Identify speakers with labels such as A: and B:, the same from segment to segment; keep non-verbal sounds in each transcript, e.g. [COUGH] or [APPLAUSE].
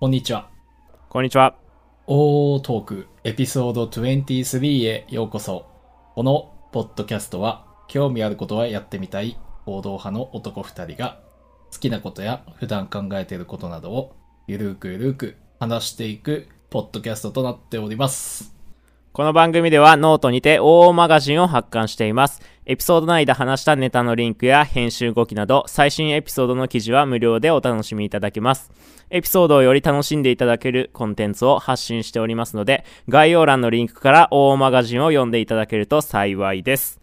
A: こんにちは。
B: こんにちは。
A: O トークエピソード23へようこそ。このポッドキャストは、興味あることはやってみたい行動派の男2人が、好きなことや普段考えていることなどを、ゆるーくゆるーく話していくポッドキャストとなっております。
B: この番組ではノートにて OO マガジンを発刊しています。エピソード内で話したネタのリンクや編集後期など、最新エピソードの記事は無料でお楽しみいただけます。エピソードをより楽しんでいただけるコンテンツを発信しておりますので、概要欄のリンクから OO マガジンを読んでいただけると幸いです。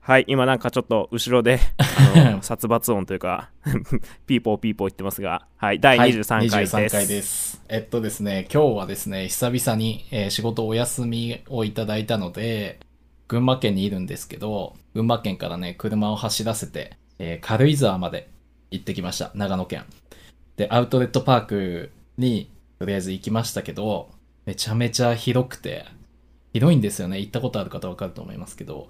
B: はい、今なんかちょっと後ろで、あ
A: [LAUGHS]
B: の殺伐音というか、 [LAUGHS] ピーポーピーポー言ってますが、はい、第23回です。
A: はい、23回です。えっとですね、今日はですね、久々に、えー仕事お休みをいただいたので、群馬県にいるんですけど、群馬県からね、車を走らせて、えー軽井沢まで行ってきました、長野県。で、アウトレットパークに、とりあえず行きましたけど、めちゃめちゃ広くて、広いんですよね。行ったことある方わかると思いますけど。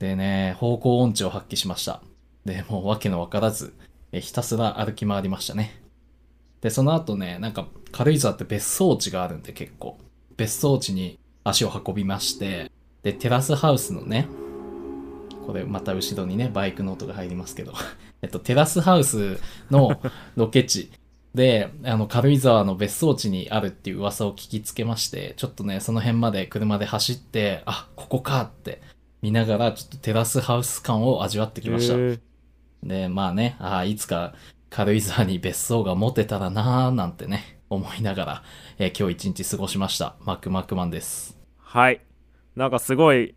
A: でね、方向音痴を発揮しました。で、もうわけのわからず、えひたすら歩き回りましたね。で、その後ね、なんか、軽井沢って別荘地があるんで結構。別荘地に足を運びまして、で、テラスハウスのね、これまた後ろにね、バイクの音が入りますけど、 [LAUGHS] えっと、テラスハウスの [LAUGHS] ロケ地で、あの、軽井沢の別荘地にあるっていう噂を聞きつけまして、ちょっとね、その辺まで車で走って、あ、ここかって見ながら、ちょっとテラスハウス感を味わってきました
B: へ。ー
A: で、まあね、ああ、いつか軽井沢に別荘が持てたらなーなんてね、思いながら、えー今日一日過ごしました。マクマクマンです。
B: はい。なんかすごい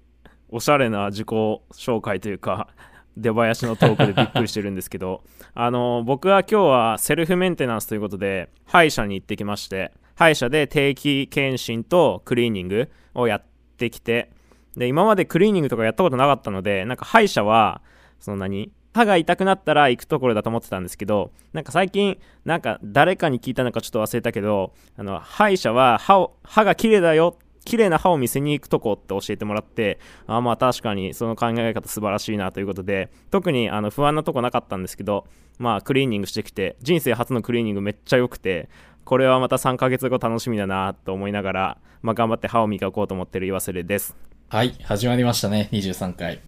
B: おしゃれな自己紹介というか、 [LAUGHS] 出囃子のトークでびっくりしてるんですけど、 [LAUGHS] あの、僕は今日はセルフメンテナンスということで、歯医者に行ってきまして、歯医者で定期検診とクリーニングをやってきて、で、今までクリーニングとかやったことなかったので、なんか歯医者は、その何歯が痛くなったら行くところだと思ってたんですけどなんか最近なんか誰かに聞いたのかちょっと忘れたけどあの歯医者は歯を歯が綺麗だよ綺麗な歯を見せに行くとこって教えてもらってあーまあ確かにその考え方素晴らしいなということで特にあの不安なとこなかったんですけどまあクリーニングしてきて人生初のクリーニングめっちゃ良くてこれはまた3ヶ月後楽しみだなと思いながら、まあ、頑張って歯を磨こうと思ってる岩瀬礼です、
A: はい、始まりましたね、23回。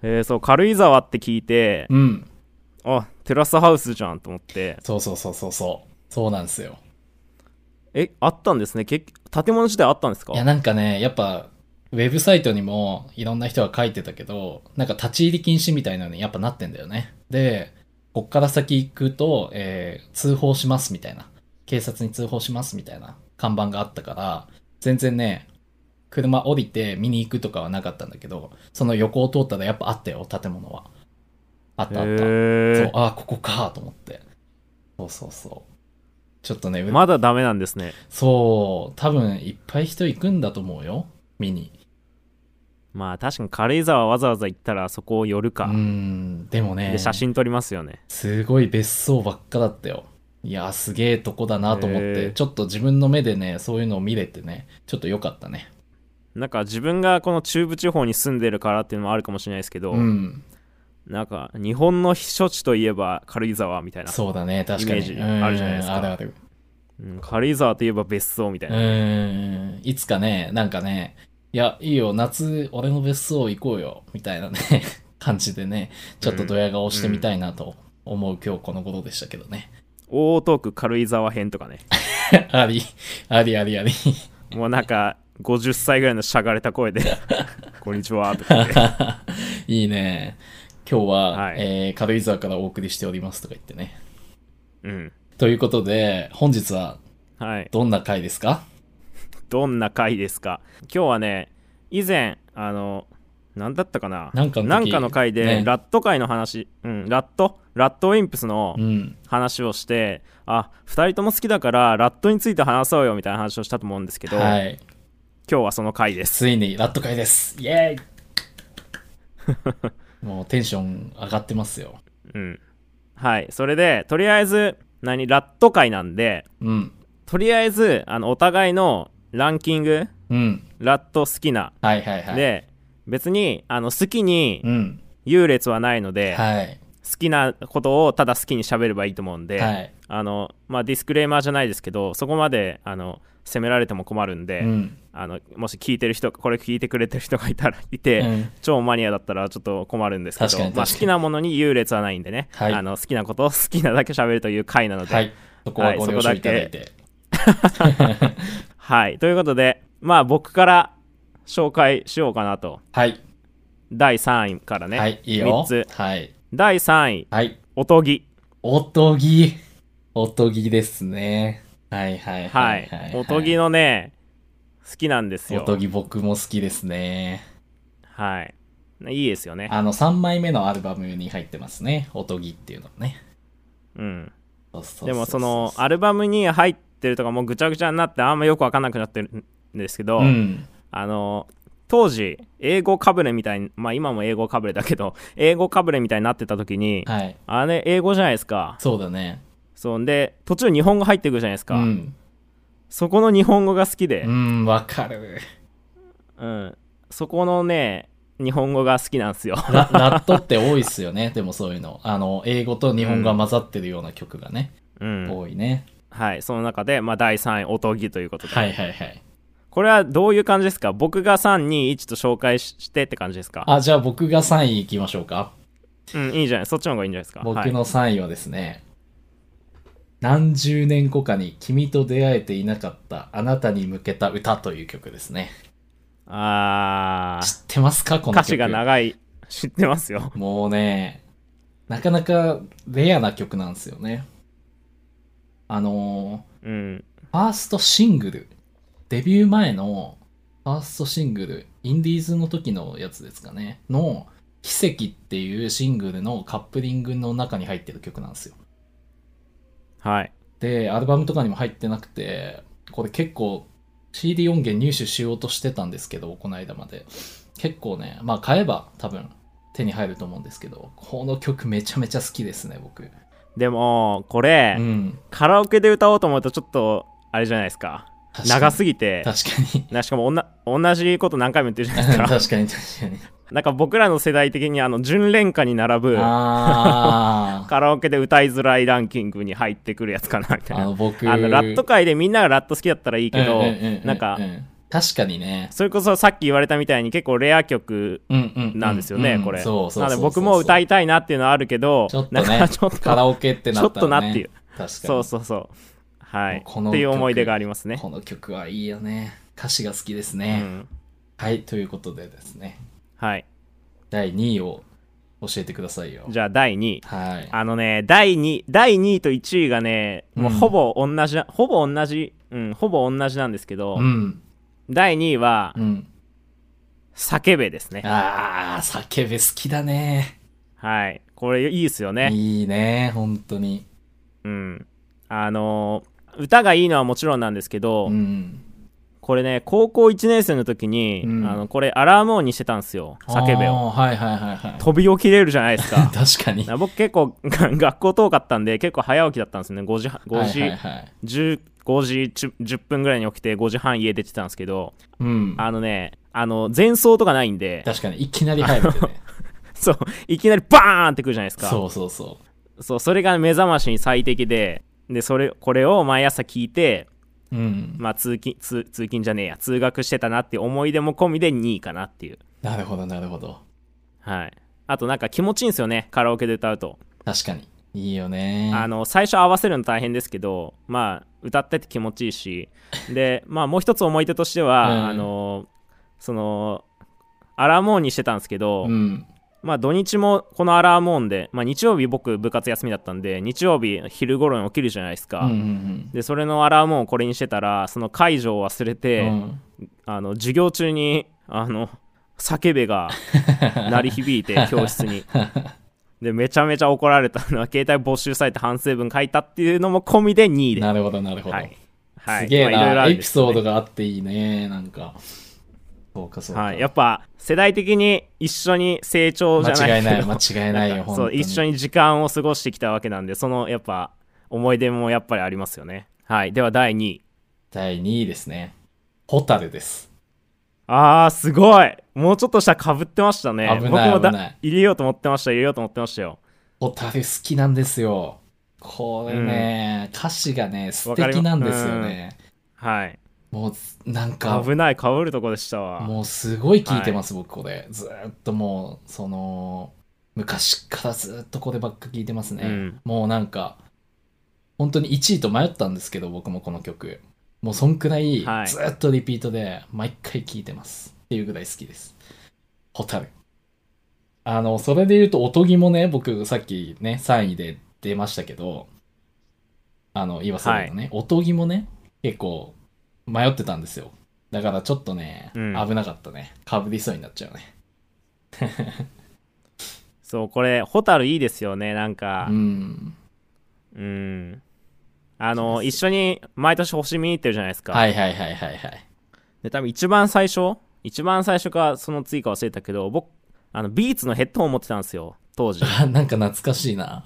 B: えーそう軽井沢って聞いて
A: うん、
B: あテラスハウスじゃんと思って
A: そうそうそうそうそう。そうなんですよ。
B: えあったんですね結建物自体あったんですか
A: いや、なんかね、やっぱ、ウェブサイトにもいろんな人が書いてたけど、なんか立ち入り禁止みたいなのにやっぱなってんだよね。で、こっから先行くと、えー通報しますみたいな。警察に通報しますみたいな看板があったから、全然ね、車降りて見に行くとかはなかったんだけど、その横を通ったらやっぱあったよ、建物は。あったあった。そ
B: へ
A: う
B: ー、
A: ああ、ここかと思って。そうそうそう。ちょっとね、
B: まだダメなんですね
A: そう、多分いっぱい人行くんだと思うよ、見に。
B: まあ確かに軽井沢わざわざ行ったらそこを寄る
A: う
B: か、
A: ん、でもね
B: で、写真撮りますよね
A: すごい別荘ばっかだったよ。いや、すげえとこだなと思っ
B: へ
A: て、
B: ー
A: ちょっと自分の目でね、そういうのを見れてね、ちょっと良かったね。
B: なんか自分がこの中部地方に住んでるからっていうのもあるかもしれないですけど、
A: うん、
B: なんか日本の避暑地といえば軽井沢みたいな、
A: そうだね、確かに。
B: イメージあるじゃないです
A: う
B: か
A: んあるある。
B: うん軽井沢といえば別荘みたいうな、
A: ん、いつかね、なんかね、いや、いいよ、夏、俺の別荘行こうよ、みたいなね、 [LAUGHS] 感じでね、ちょっとドヤ顔してみたいなと思う今日この頃でしたけどね。 [LAUGHS]
B: 大東区軽井沢編とかね
A: あり、ありありあり。
B: もうなん
A: [LAUGHS]
B: か50歳ぐらいのしゃがれた声で「こんにちは」とか
A: [LAUGHS]
B: 言って
A: いいね。今日は、
B: はい
A: えー軽井沢からお送りしておりますとか言ってね。
B: うん
A: ということで、本日は
B: はい
A: どんな回ですか
B: どんな回ですか今日はね以前あの何だったかな
A: なんかの時
B: の回で、
A: ね
B: ラット界の話、うん、ラットラットウィンプスの
A: うん。
B: 話をして、あ2人とも好きだからラットについて話そうよみたいな話をしたと思うんですけど、
A: はい。
B: 今日はその回です
A: ついにラット回です。イェー
B: [LAUGHS]
A: イもうテンション上がってますよ。
B: うんはいそれでとりあえず何ラット界なんで
A: うん。
B: とりあえずあのお互いのランキング
A: うん。
B: ラット好きな、
A: はいはいはい。
B: で別にあの好きに
A: うん。
B: 優劣はないので、
A: はい。
B: 好好きなことをただ好きに喋ればいいと思うんで、
A: はい。
B: あのまあ、ディスクレーマーじゃないですけどそこまであの責められても困るんで、
A: うん。
B: あのもし聞いてる人これ聞いてくれてる人がいたらいて、
A: うん
B: 超マニアだったらちょっと困るんですけ
A: 確かに
B: ど、まあ、
A: 確かに
B: 好きなものに優劣はないんでね、
A: はい
B: あの好きなことを好きなだけ喋るという回なので、
A: はい。そこは
B: はい
A: ご了
B: そこ
A: 承
B: だけ
A: いただいて。
B: はい、ということで、まあ、僕から紹介しようかなと
A: はい。
B: 第3位からね、
A: はい。いいよ。
B: 3つ
A: はい。
B: 第3位
A: はい。
B: おとぎ
A: おとぎ。おとぎですね。はいはい
B: は
A: はい
B: い、
A: はい。
B: おとぎのね好きなんです
A: お
B: よ
A: とぎ僕も好きですね。
B: はいいいですよね
A: あの、3枚目のアルバムに入ってますね。おとぎっていうのね。
B: うん
A: そうそうう
B: でもそのアルバムに入ってるとかもうぐちゃぐちゃになってあんまよくわかんなくなってるんですけど、
A: うん。
B: あの当時英語かぶれみたいにまあ今も英語かぶれだけど英語かぶれみたいになってた時に、
A: はい。
B: あれ英語じゃないですか
A: そうだね。
B: そんで途中日本語入ってくるじゃないです
A: う
B: か、
A: ん。
B: そこの日本語が好きで
A: う、ん、わかる。
B: うん、そこのね日本語が好きなんですよ
A: [LAUGHS] ララットって多いっすよね。でもそういうの。あの、英語と日本語が混ざってるような曲がね。
B: うん
A: 多いね。
B: はいその中で、まあ、第3位おとぎということで、
A: はいはいはい。
B: これはどういう感じですか僕が321と紹介ししてって感じですか
A: あ、じゃあ僕が3位いきましょうか。
B: うん、いいじゃない。そっちの方がいいんじゃないですか。
A: 僕の3位はですね、何十年後かに君と出会えていなかったあなたに向けた歌という曲ですね。
B: はい、あ
A: 知
B: ー
A: ってますかこの曲。
B: 歌詞が長い。知ってますよ。
A: もうね、なかなかレアな曲なんですよね。あの
B: うん。
A: ーファーストシングル、デビュー前のファーストシングル、インディーズの時のやつですかね、の奇跡っていうシングルのカップリングの中に入ってる曲なんですよ。
B: はい。
A: で、アルバムとかにも入ってなくて、これ結構 CD 音源入手しようとしてたんですけど、この間まで。結構ね、まあ買えば多分手に入ると思うんですけど、この曲めちゃめちゃ好きですね、僕。
B: でも、これ、
A: うん。
B: カラオケで歌おうと思うと、ちょっと、あれじゃないですか。長すぎて。
A: 確かに。 [LAUGHS]
B: なしかもおな、同じこと何回も言ってるじゃないで
A: 確
B: す
A: かに
B: か。
A: 確かに確かに。
B: なんか僕らの世代的に、あの、純恋歌に並ぶ、
A: あー
B: カラオケで歌いづらいランキングに入ってくるやつかな、み
A: [LAUGHS]
B: たい
A: あ
B: な。
A: の僕。
B: あの、ラット界でみんながラット好きだったらいいけど
A: うううう、
B: なんか
A: う、確かにね。
B: それこそさっき言われたみたいに結構レア曲
A: うんうんうん。
B: なんですよね、
A: うん
B: これ。
A: そうそうそうそう。
B: なので僕も歌いたいなっていうのはあるけど、
A: ちょっと
B: な
A: ね
B: んかちょっと
A: カラオケってなったら、ね、
B: ちょっとなっていう。
A: 確かに。
B: そうそうそう。はい。
A: この
B: っていう思い出
A: 曲
B: がありますね。
A: この曲はいいよね。歌詞が好きです
B: う
A: ね。
B: ん、
A: はい、ということでですね、
B: はい。
A: 第2位を教えてくださいよ。
B: じゃあ第2位。
A: はい。
B: あのね、第2、第2位と1位がね、もううんほぼ同じな、ほぼ同じ、うん、ほぼ同じなんですけど、
A: うん。
B: 第2位は
A: う、ん。
B: 叫べですね。
A: あー、叫べ好きだね。
B: はい。これいいですよね。
A: いいね、本当に。
B: うん。あのー歌がいいのはもちろんなんですけど、
A: うん。
B: これね高校1年生の時に、
A: うん
B: あのこれアラーム音にしてたんですよ叫べを
A: あーはいはいはいはい。
B: 飛び起きれるじゃないですか [LAUGHS]
A: 確かに。
B: な僕結構 [LAUGHS] が学校遠かったんで結構早起きだったんですよね5時5時、
A: はいはいはい。
B: 10 5時10 10分ぐらいに起きて5時半家出てたんですけど
A: うん。
B: あのねあの前奏とかないんで [LAUGHS]
A: 確かに、いきなり入るってね。
B: そういきなりバーンってくるじゃないです
A: [LAUGHS]
B: か
A: そうそうそ
B: そうそれが目覚ましに最適ででそれこれを毎朝聞いて、
A: う。うん。
B: まあ、通勤通通勤じゃねえや通学してたなっていう思い出も込みで2位かなっていう
A: なるほどなるほど。
B: はい。あとなんか気持ちいいんですよね、カラオケで歌うと。
A: 確かに。いいよね。
B: あの、最初合わせるの大変ですけど、まあ、歌ってて気持ちいいし、で、まあ、もう一つ思い出としては、
A: うん
B: あの、その、アラーム音にしてたんですけど、
A: うん。
B: まあ、土日もこのアラーム音で、まあ、日曜日僕部活休みだったんで、日曜日昼頃に起きるじゃないです
A: うんう
B: か。
A: ん
B: で、それのアラーム音をこれにしてたら、その解除を忘れ
A: う
B: て、
A: ん。
B: あの、授業中に、あの、叫
A: [LAUGHS]
B: べが鳴り響いて、教室に。で、めちゃめちゃ怒られたのは、携帯没収されて反省文書いたっていうのも込みで2
A: うん。
B: 位で。
A: なるほどなるほど。
B: はい。はい。
A: すげえ
B: まあいろいろ
A: な、
B: あるん
A: エ
B: で
A: ピ
B: すけど
A: ソー
B: ね
A: ドがあっていいね、なんか。そうかそうか。
B: はい。やっぱ、世代的に一緒に成長じゃ
A: 間
B: ない
A: 違いない、
B: けど
A: 間違いない
B: な
A: よ、
B: んか
A: 本
B: そ
A: 当
B: う、
A: に。
B: 一緒に時間を過ごしてきたわけなんで、その、やっぱ、思い出もやっぱりありますよね。はい。では、第2位。
A: 第2位ですね。ホタルです。
B: あー、すごいもうちょっとしたら被ってましたね。
A: 危ない
B: 僕もだ
A: 危ない
B: 入れようと思ってました、入れようと思ってましたよ。
A: ホタル好きなんですよ。これね、歌詞がね、素
B: わかりま
A: 敵なんですよね。
B: はい
A: もう、なんか、
B: 危ない被るとこでしたわ
A: もうすごい聞いてます、僕これ。ずーっともう、その、昔からずーっとこればっか聞いてますね。
B: うん
A: もうなんか、本当に1位と迷ったんですけど、僕もこの曲。もうそんくらい、ず
B: はい
A: ーっとリピートで、毎回聞いてます。っていうぐらい好きです。ホタル。あの、それで言うと、おとぎもね、僕さっきね、3位で出ましたけど、あの、言わせるとね、おとぎもね、結構迷ってたんですよ。だからちょっとね、
B: うん
A: 危なかったね。かぶりそうになっちゃうね。
B: そうこれホタルいいですよねなんか
A: うん。
B: うん、あ
A: そう
B: の
A: で
B: 一緒に毎年星見に行ってるじゃないですか、
A: はいはいはいはいはい。
B: で多分一番最初一番最初かその追加忘れたけど僕あのビーツのヘッドホン持ってたんですよ
A: [LAUGHS]
B: 当時、
A: あなんか懐かしい
B: [LAUGHS]
A: な。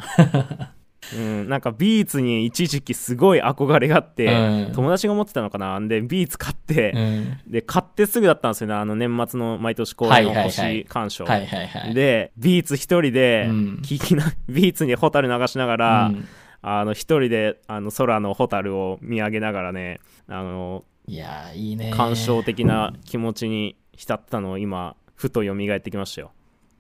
B: うん、なんかビーツに一時期すごい憧れがあって、
A: うん
B: 友達が持ってたのかなんでビーツ買って
A: う、ん。
B: で買ってすぐだったんですよねあの年末の毎年恒
A: は
B: 例
A: いは
B: の
A: いはい
B: 星鑑賞、
A: はいはいはい。
B: でビーツ一人で
A: うん
B: 聞きな、 [LAUGHS] ビーツにホタル流しなが
A: う
B: ら、
A: ん、
B: あの一人であの空のホタルを見上げながらねあの
A: いやー、いいね。
B: 感傷的な気持ちに浸ったのを今ふと蘇ってきましたよ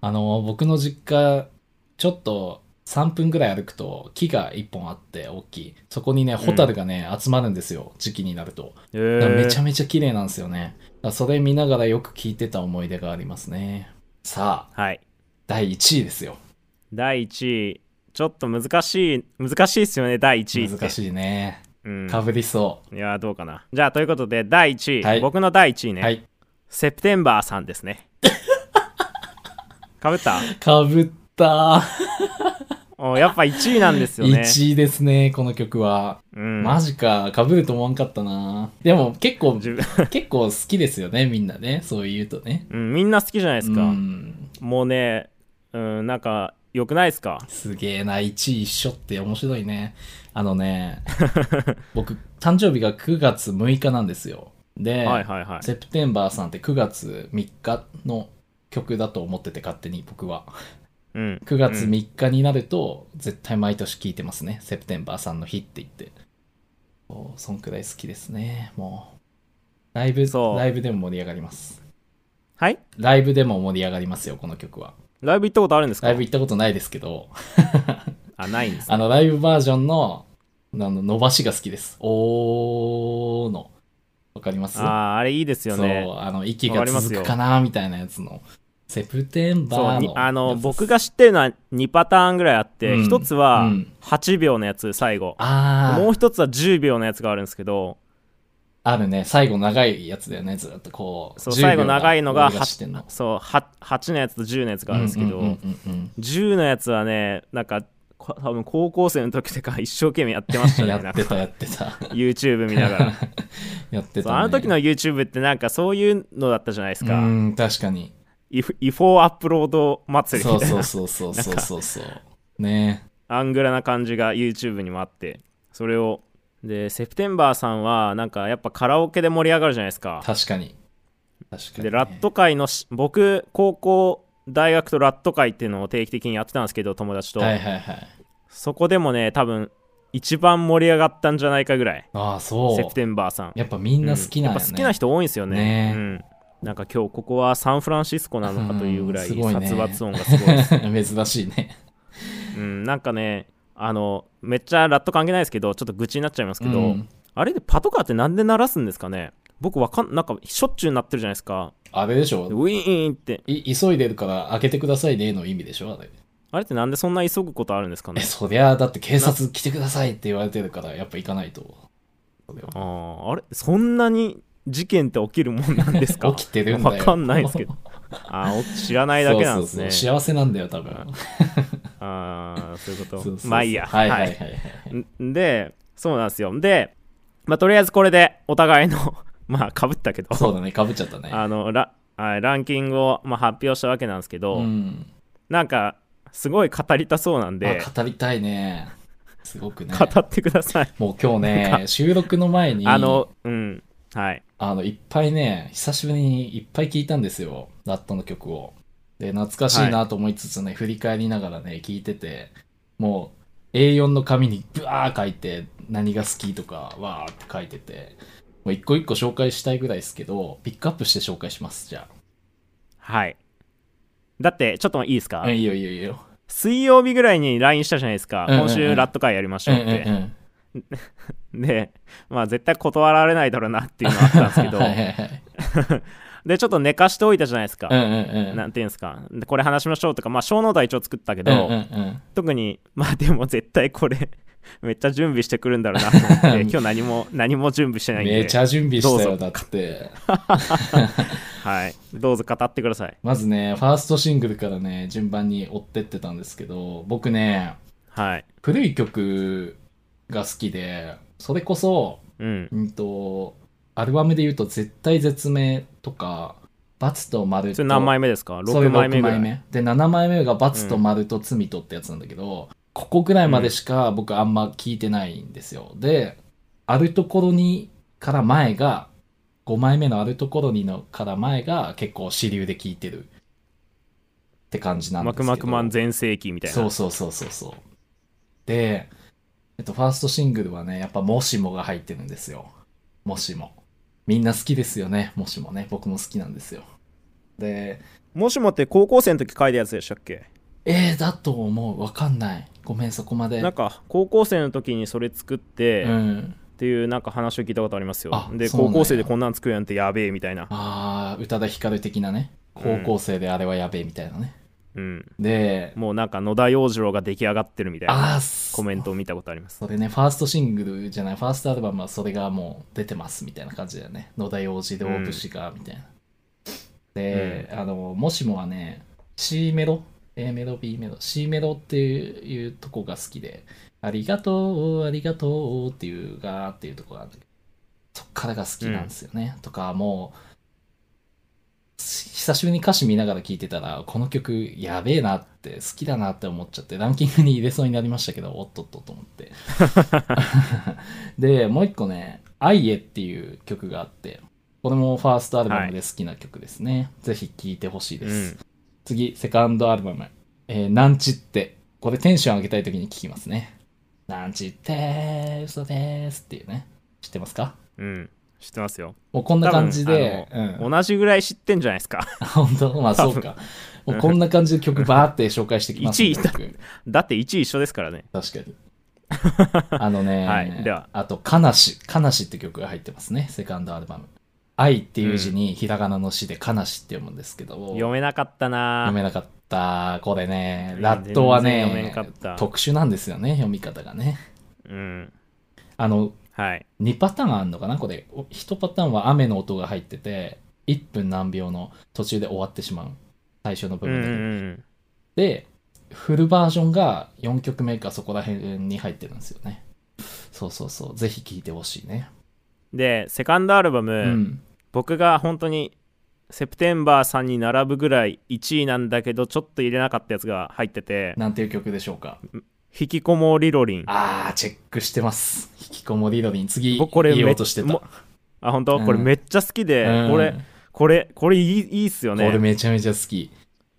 A: あの、僕の実家、ちょっと3分ぐらい歩くと木が1本あって、大きい。そこにね、ホタルがね、集まるんですよ。時期になると。
B: え
A: だからめちゃ
B: ー、
A: めちゃ綺麗なんですよね。だからそれ見ながらよく聞いてた思い出がありますね。さあ、
B: はい
A: 第1位ですよ。
B: 第1位ちょっと難しい難しいですよね第1位って
A: 難しいね。
B: うん、
A: かぶりそ
B: いやーどうかなじゃあということで第1位、
A: はい
B: 僕の第1位
A: う。
B: ね、
A: はい。
B: セプテンバーさんですねかぶった
A: かぶった。
B: おやっぱ1位なんですよ
A: [LAUGHS]
B: ね
A: 1位ですね、この曲は。
B: うん、
A: マジか、かぶると思わんかったな。でも結構、
B: 自分
A: 結構好きですよね、みんなね。そう言うとね。
B: うん、みんな好きじゃないですか、
A: うん。
B: もうね、うん、なんか良くないですか
A: すげえな、1位一緒って面白いね。あのね、 [LAUGHS] 僕、誕生日が9月6日なんですよ。で、
B: はいはいはい
A: セプテンバーさんって9月3日の曲だと思ってて、勝手に僕は。
B: うん、
A: 9月
B: うん
A: 3日になると、絶対毎年聴いてますね。セプテンバーさんの日って言って。そうそんくらい好きですね、もう。ライブ、
B: そう
A: ライブでも盛り上がります。
B: はい
A: ライブでも盛り上がりますよ、この曲は。
B: ライブ行ったことあるんですか
A: ライブ行ったことないですけど、
B: あないんですね
A: あの、ライブバージョンの、あの、伸ばしが好きです。おーの。わかります
B: あーあれいいですよね
A: そう、あの、息
B: わ
A: が
B: かります
A: 続
B: よ
A: くかな、みたいなやつの。セプテン
B: そう
A: バー
B: に
A: の。
B: あの
A: やつ
B: 僕が知ってるのは2パターンぐらいあって、
A: うん
B: 一1つは
A: うん
B: 8秒のやつ最後、
A: あ
B: もう
A: ー、
B: 1つは10秒のやつがあるんですけど
A: あるね。最後長いやつだよね。ずっとこう。
B: そう最後長いのが
A: 走ってんの。
B: そう 8, 8のやつと10のやつがあるんですけど、
A: うんうんうん
B: 10のやつはねなんかこ多分高校生の時とか一生懸命やってまし
A: う
B: た
A: ん
B: ね
A: [LAUGHS] や
B: なん
A: っ
B: か
A: てた、やってた。
B: YouTube 見ながら
A: やってた、
B: そ
A: ね。
B: うあの時の YouTube ってなんかそういうのだったじゃないですか、
A: うん、確かに。
B: イフ違法アップロード祭り
A: そ
B: み
A: う
B: たいな
A: そうそうそうそうそうそう。ね
B: アングラな感じが YouTube にもあってそれをでセプテンバーさんはなんかやっぱカラオケで盛り上がるじゃないですか
A: 確かに。確かに、ね。
B: でラット界のし僕高校大学とラット界っていうのを定期的にやってたんですけど友達と、
A: はいはいはい。
B: そこでもね多分一番盛り上がったんじゃないかぐらい
A: ああ、そう。
B: セプテンバーさん
A: やっぱみんな好きなんや、ね
B: うやっぱ好きな人多いんですよね
A: ね
B: うん、なんか今日ここはサンフランシスコなのかというぐらい
A: うんすごいね
B: 殺伐音がすごいで
A: [LAUGHS]
B: す
A: 珍しいね。
B: うん、なんかねあのめっちゃラット関係ないですけどちょっと愚痴になっちゃいますけど、
A: うん
B: あれでパトカーってなんで鳴らすんですかね僕わかんなんかしょっちゅう鳴ってるじゃないですか
A: あれでし
B: で
A: ょ
B: ウィーンって
A: い急いでるから開けてくださいねの意味でしょあれ。
B: あれってなんでそんな急ぐことあるんですか
A: え、 [LAUGHS]
B: ね
A: そりゃあ、だって警察来てくださいって言われてるから、やっぱ行かないと。それは
B: あーあれそんなに事件って起きるもんなんですか
A: [LAUGHS] 起きてるんだよ。
B: わかんないです
A: [LAUGHS]
B: けどあー知らないだけなんですね
A: そうそうそう幸せなんだよ、多分。
B: ああそういうこ
A: そう
B: と
A: そうそう
B: まあいいや
A: はいはいはいはい。
B: んでそうなんですよでまあとりあえずこれでお互いの [LAUGHS] まあかぶったけど
A: そうだね、かぶっちゃったね。
B: あのラあランキングを、まあ、発表したわけなんですけど、
A: うん。
B: なんかすごい語りたそうなんで
A: あ、語りたいね。すごくね。
B: 語ってください、
A: もう今日
B: [LAUGHS]
A: ね、収録の前に、
B: あのうんはい
A: あの、いっぱいね、久しぶりにいっぱい聞いたんですよ。ラットの曲を。で、懐かしいなと思いつつね、振り返りながらね、聞いてて、もう A4 の紙にブワー書いて、何が好きとか、わーって書いてて、もう一個一個紹介したいぐらいですけど、ピックアップして紹介します、じゃ
B: はいだってちょっといいですか、
A: あ。うんいいよいいよいいよ。
B: 水曜日ぐらいに LINE したじゃないですか、
A: うんうんうん
B: 今週ラット会やりまし
A: う
B: ょ
A: ん
B: う
A: う
B: っ
A: ん
B: て、
A: うん。
B: でまあ絶対断られないだろうなっていうのはあったんですけど
A: はいはいはい。
B: でちょっと寝かしておいたじゃないですか、
A: うんうんうん。
B: なんていうんですかでこれ話しましょうとかまあ小ノートは一応作ったけど、
A: うんうんうん
B: 特にまあでも絶対これ [LAUGHS] めっちゃ準備してくるんだろうなと思って今日何も何も準備してないんで
A: めちゃ準備した
B: ど
A: よ、
B: う
A: だって。
B: はい、どうぞ語ってください
A: まずね、ファーストシングルからね、順番に追ってってたんですけど、僕ね、
B: はい
A: 古い曲が好きで、それこそ、
B: うん
A: うんと、アルバムで言うと、絶対絶命とか、バツと丸と。
B: それ何枚目ですか
A: それ
B: 6
A: 6枚
B: 枚
A: 目
B: 目ぐらい
A: で、7枚目がバツと丸と罪とってやつなんだけど、ここぐらいまでしか僕あんま聞いてないんですよ。で、あるところにから前が、5枚目のあるところにのから前が結構支流で聞いてるって感じなんです
B: マ
A: けど。
B: クマクマン全盛期みたいな
A: そうそうそうそうそう。で、えっと、ファーストシングルはね、やっぱ、もしもが入ってるんですよ。もしも。みんな好きですよね、もしもね。僕も好きなんですよ。で、
B: もしもって高校生の時書いたやつでしたっけ
A: えー、だと思う。わかんない。ごめん、そこまで。
B: なんか高校生の時にそれ作って、
A: う
B: っ
A: ん。
B: ていうなんか話を聞いたことありますよ
A: あ
B: で
A: そうなん
B: 高
A: や
B: 校生でこんなん作るなんてやべえみたいな
A: あー、宇多田ヒカル的なね。
B: う
A: 高
B: ん
A: 校生であれはやべえみたいなね。
B: うん
A: で、
B: もうなんか野田洋次郎が出来上がってるみたいな
A: あ
B: コ
A: ー、
B: メントを見たことあります
A: それね、ファーストシングルじゃない、ファーストアルバムはそれがもう出てますみたいな感じだよね。野田洋次郎節が、みたいな。で、あの、もしもはね、C メロ、A メロ、B メロ、C メロっていうとこが好きで、ありがとう、ありがとうっていうがーっていうとこがあるんだけど、そっからが好きなんですよね。とか、もう、し久しぶりに歌詞見ながら聴いてたら、この曲やべえなって、好きだなって思っちゃって、ランキングに入れそうになりましたけど、おっとっとと思って。 [LAUGHS] で、もう一個ね、アイエっていう曲があって、これもファーストアルバムで好きな曲ですね。ぜひ聴いてほしいです。
B: うん
A: 次、セカンドアルバム。えー、なんちって。これテンション上げたい時に聴きますね。なんちって、嘘ですっていうね。知ってますか
B: うん知ってますよ
A: もうこんな感じで、
B: 多分あの
A: うん
B: 同じぐらい知ってんじゃないですか [LAUGHS]
A: [LAUGHS] 本当まあそうか。もうこんな感じで曲バーって紹介してきますんで
B: [LAUGHS] 一位だ
A: 僕
B: だって1位一緒ですからね
A: 確か
B: [LAUGHS]
A: に。あのね、
B: はいでは
A: あと、かなし、かなしって曲が入ってますね、セカンドアルバム。愛っていう字にひらがなの詩でかなしって読むんですけど、
B: 読めなかったな
A: 読めなかった。これね、ラットは
B: 全然
A: ね
B: 読めなかった、
A: 特殊なんですよね、読み方がね。
B: うん
A: あの、
B: はい
A: 2パターンあるのかな、これ。お1パターンは雨の音が入ってて、1分何秒の途中で終わってしまう。最初の部
B: うんう
A: 分だ
B: んう
A: け。
B: ん
A: で、フルバージョンが4曲目かそこら辺に入ってるんですよね。そうそうそう。ぜひ聴いてほしいね。
B: でセカンドアルバム、
A: うん。
B: 僕が本当にセプテンバーさんに並ぶぐらい1位なんだけどちょっと入れなかったやつが入ってて
A: なんていう曲でしょうか。
B: 「引きこもりロリン」
A: あー、チェックしてます。引きこもりロリン。次、
B: 僕これ
A: 言お
B: め
A: うとしてた。
B: もあ本当、
A: うん
B: これめっちゃ好きで、
A: うん
B: これこれこれいいいいっすよ
A: これ
B: ね
A: めちゃめちゃ好き。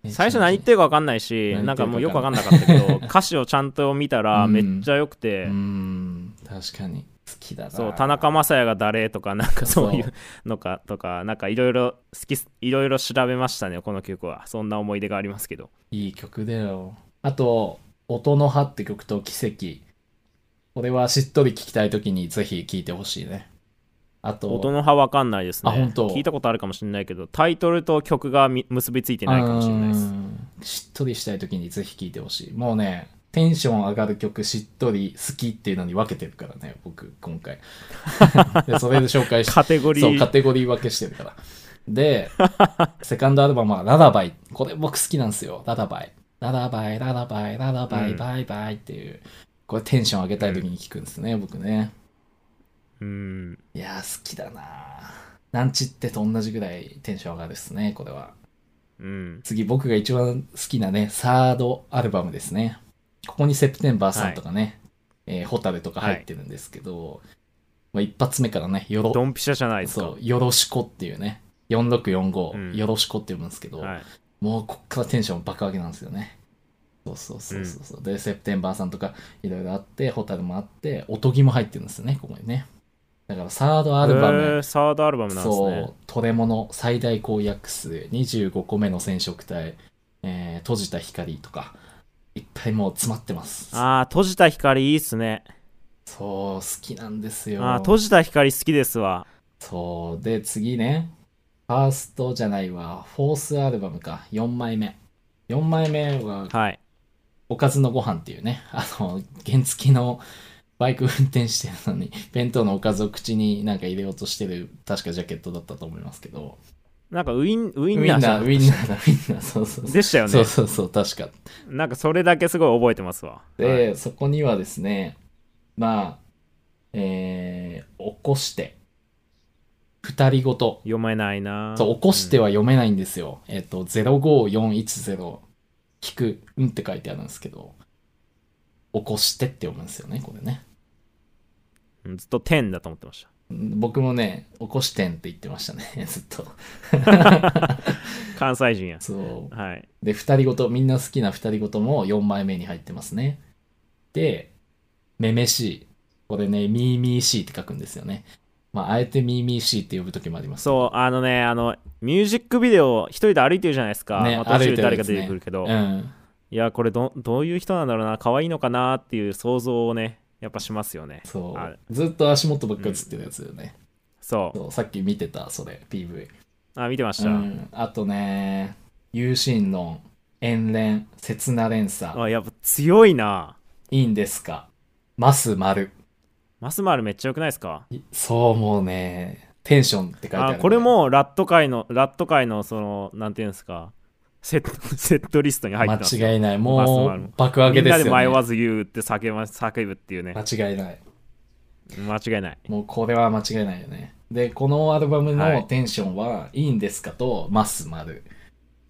B: 最初何言ってるか分かんないし
A: 何言
B: な
A: って
B: んか
A: るか
B: も
A: 分
B: うよく
A: か
B: 分か
A: ん
B: ん
A: な
B: ないかったけど
A: [LAUGHS]
B: 歌詞をちゃんと見たら
A: うん
B: めっちゃ良くて、
A: うーん、確かに。好きだな。
B: そう田中雅也が誰とかなんか
A: そう
B: そういうのかとかなんかいろいろ好きいろいろ調べましたねこの曲はそんな思い出がありますけど
A: いい曲だよ。あと、音の葉って曲と奇跡。これはしっとり聴きたいときにぜひ聴いてほしいね。あと、
B: 音の葉わかんないですね
A: あ本当
B: 聞いたことあるかもしれないけどタイトルと曲がみ結びついてないかもしれないです
A: す。しっとりしたい時にぜひ聴いてほしい。もうね、テンション上がる曲、しっとり、好きっていうのに分けてるからね、僕、今
B: [LAUGHS]
A: 回。でそれで紹介して、
B: カテゴリ
A: そう、カ
B: ー
A: テゴリー分けしてるから。で、セカンドアルバムはララバイ。これ僕好きなんですよ。ララバイ。ララバイ、ララバイ、ララバイ、
B: うん
A: バイバイっていう。これテンション上げたい時に聴くんですね、僕ね。
B: うん
A: いやー、好きだなーなんちってと同じぐらいテンション上がるっすね、これは。
B: うん
A: 次僕が一番好きなね、サードアルバムですね。ここにセプテンバーさんとかね、えーホタルとか入ってるんですけど、まあ一発目からね、よろ、
B: ドンピシャじゃないですか
A: そう、よろしこっていうね、4645、
B: うん
A: よろしこって読むんですけど、
B: はい
A: もうこっからテンション爆上げなんですよね。そうそうそうそうそう。で、セプテンバーさんとかいろいろあって、ホタルもあって、おとぎも入ってるんですよね、ここにね。だからサードアルバム、
B: えーサードアルバムなんです
A: そ
B: ね
A: う、トレモの最大公約数、25個目の染色体、えー閉じた光とか、いっぱいもう詰まってます。
B: ああ閉じた光いいっすね
A: そう、好きなんですよ。
B: あー閉じた光好きですわ
A: そう、で、次ね、ファーストじゃないわ、フォースアルバムか、4枚目。4枚目は、
B: はい
A: おかずのご飯っていうね、あの、原付きのバイク運転してるのに、弁当のおかずを口になんか入れようとしてる、確かジャケットだったと思いますけど、
B: なんかウィンウ
A: ウ
B: ィン
A: ィ
B: ナ
A: ンナ
B: ー
A: ー、
B: さん
A: ウィンナーだ、ウィンナー、そうそうそう。
B: でしたよ
A: そ
B: ね
A: うそうそう、確か。
B: なんかそれだけすごい覚えてますわ
A: で、そこにはですね、まあ、えー、起こして、二人ごと。
B: 読めないな
A: そう、起こしては読めないんですよ。えっ、と、05410、聞く、うんって書いてあるんですけど、起こしてって読むんですよね、これね。
B: うんずっと10だと思ってました
A: 僕もね、起こしてんって言ってましたね、 [LAUGHS] ずっと。
B: 関西人や
A: そう。
B: はい
A: で、二人ごと、みんな好きな二人ごとも4枚目に入ってますね。で、めめしい。これね、みーみーしいって書くんですよね。まあ、あえてみーみーしいって呼ぶ時もあります。
B: そうあのねあのミュージックビデオ一人で歩いてるじゃないですか、
A: ね
B: まあ、途中
A: 歩いてるや
B: 誰か
A: つ
B: 出
A: ね
B: てくるけど、
A: うん。
B: いやこれどどういう人なんだろうな可愛いのかなっていう想像をねやっぱしますよね
A: そ
B: あれ
A: う。ずっと足元ばっか映ってるやつだよね。
B: そう
A: そう、さっき見てた、それ、PV。
B: あ見てまし
A: う
B: た、
A: ん。あとね、有心論、遠恋、刹那連鎖、
B: あやっぱ強いない
A: いんですか、ます丸。
B: マスマルめっちゃ良くないですか
A: いそう、もうね、テンションって書いてある、
B: あこれ。もラット界のラット界のそのなんていうんですかセット [LAUGHS] セットリストに入ってます
A: 間違いない。
B: マス
A: も
B: 丸
A: う、爆上げです
B: みんな
A: よ、ね。
B: で迷わず言うって叫ば叫ぶっていうね
A: 間違いない。
B: 間違いない
A: もうこれは間違いないよね。で、このアルバム
B: は
A: の
B: い
A: テンションはいいんですかと、マスマル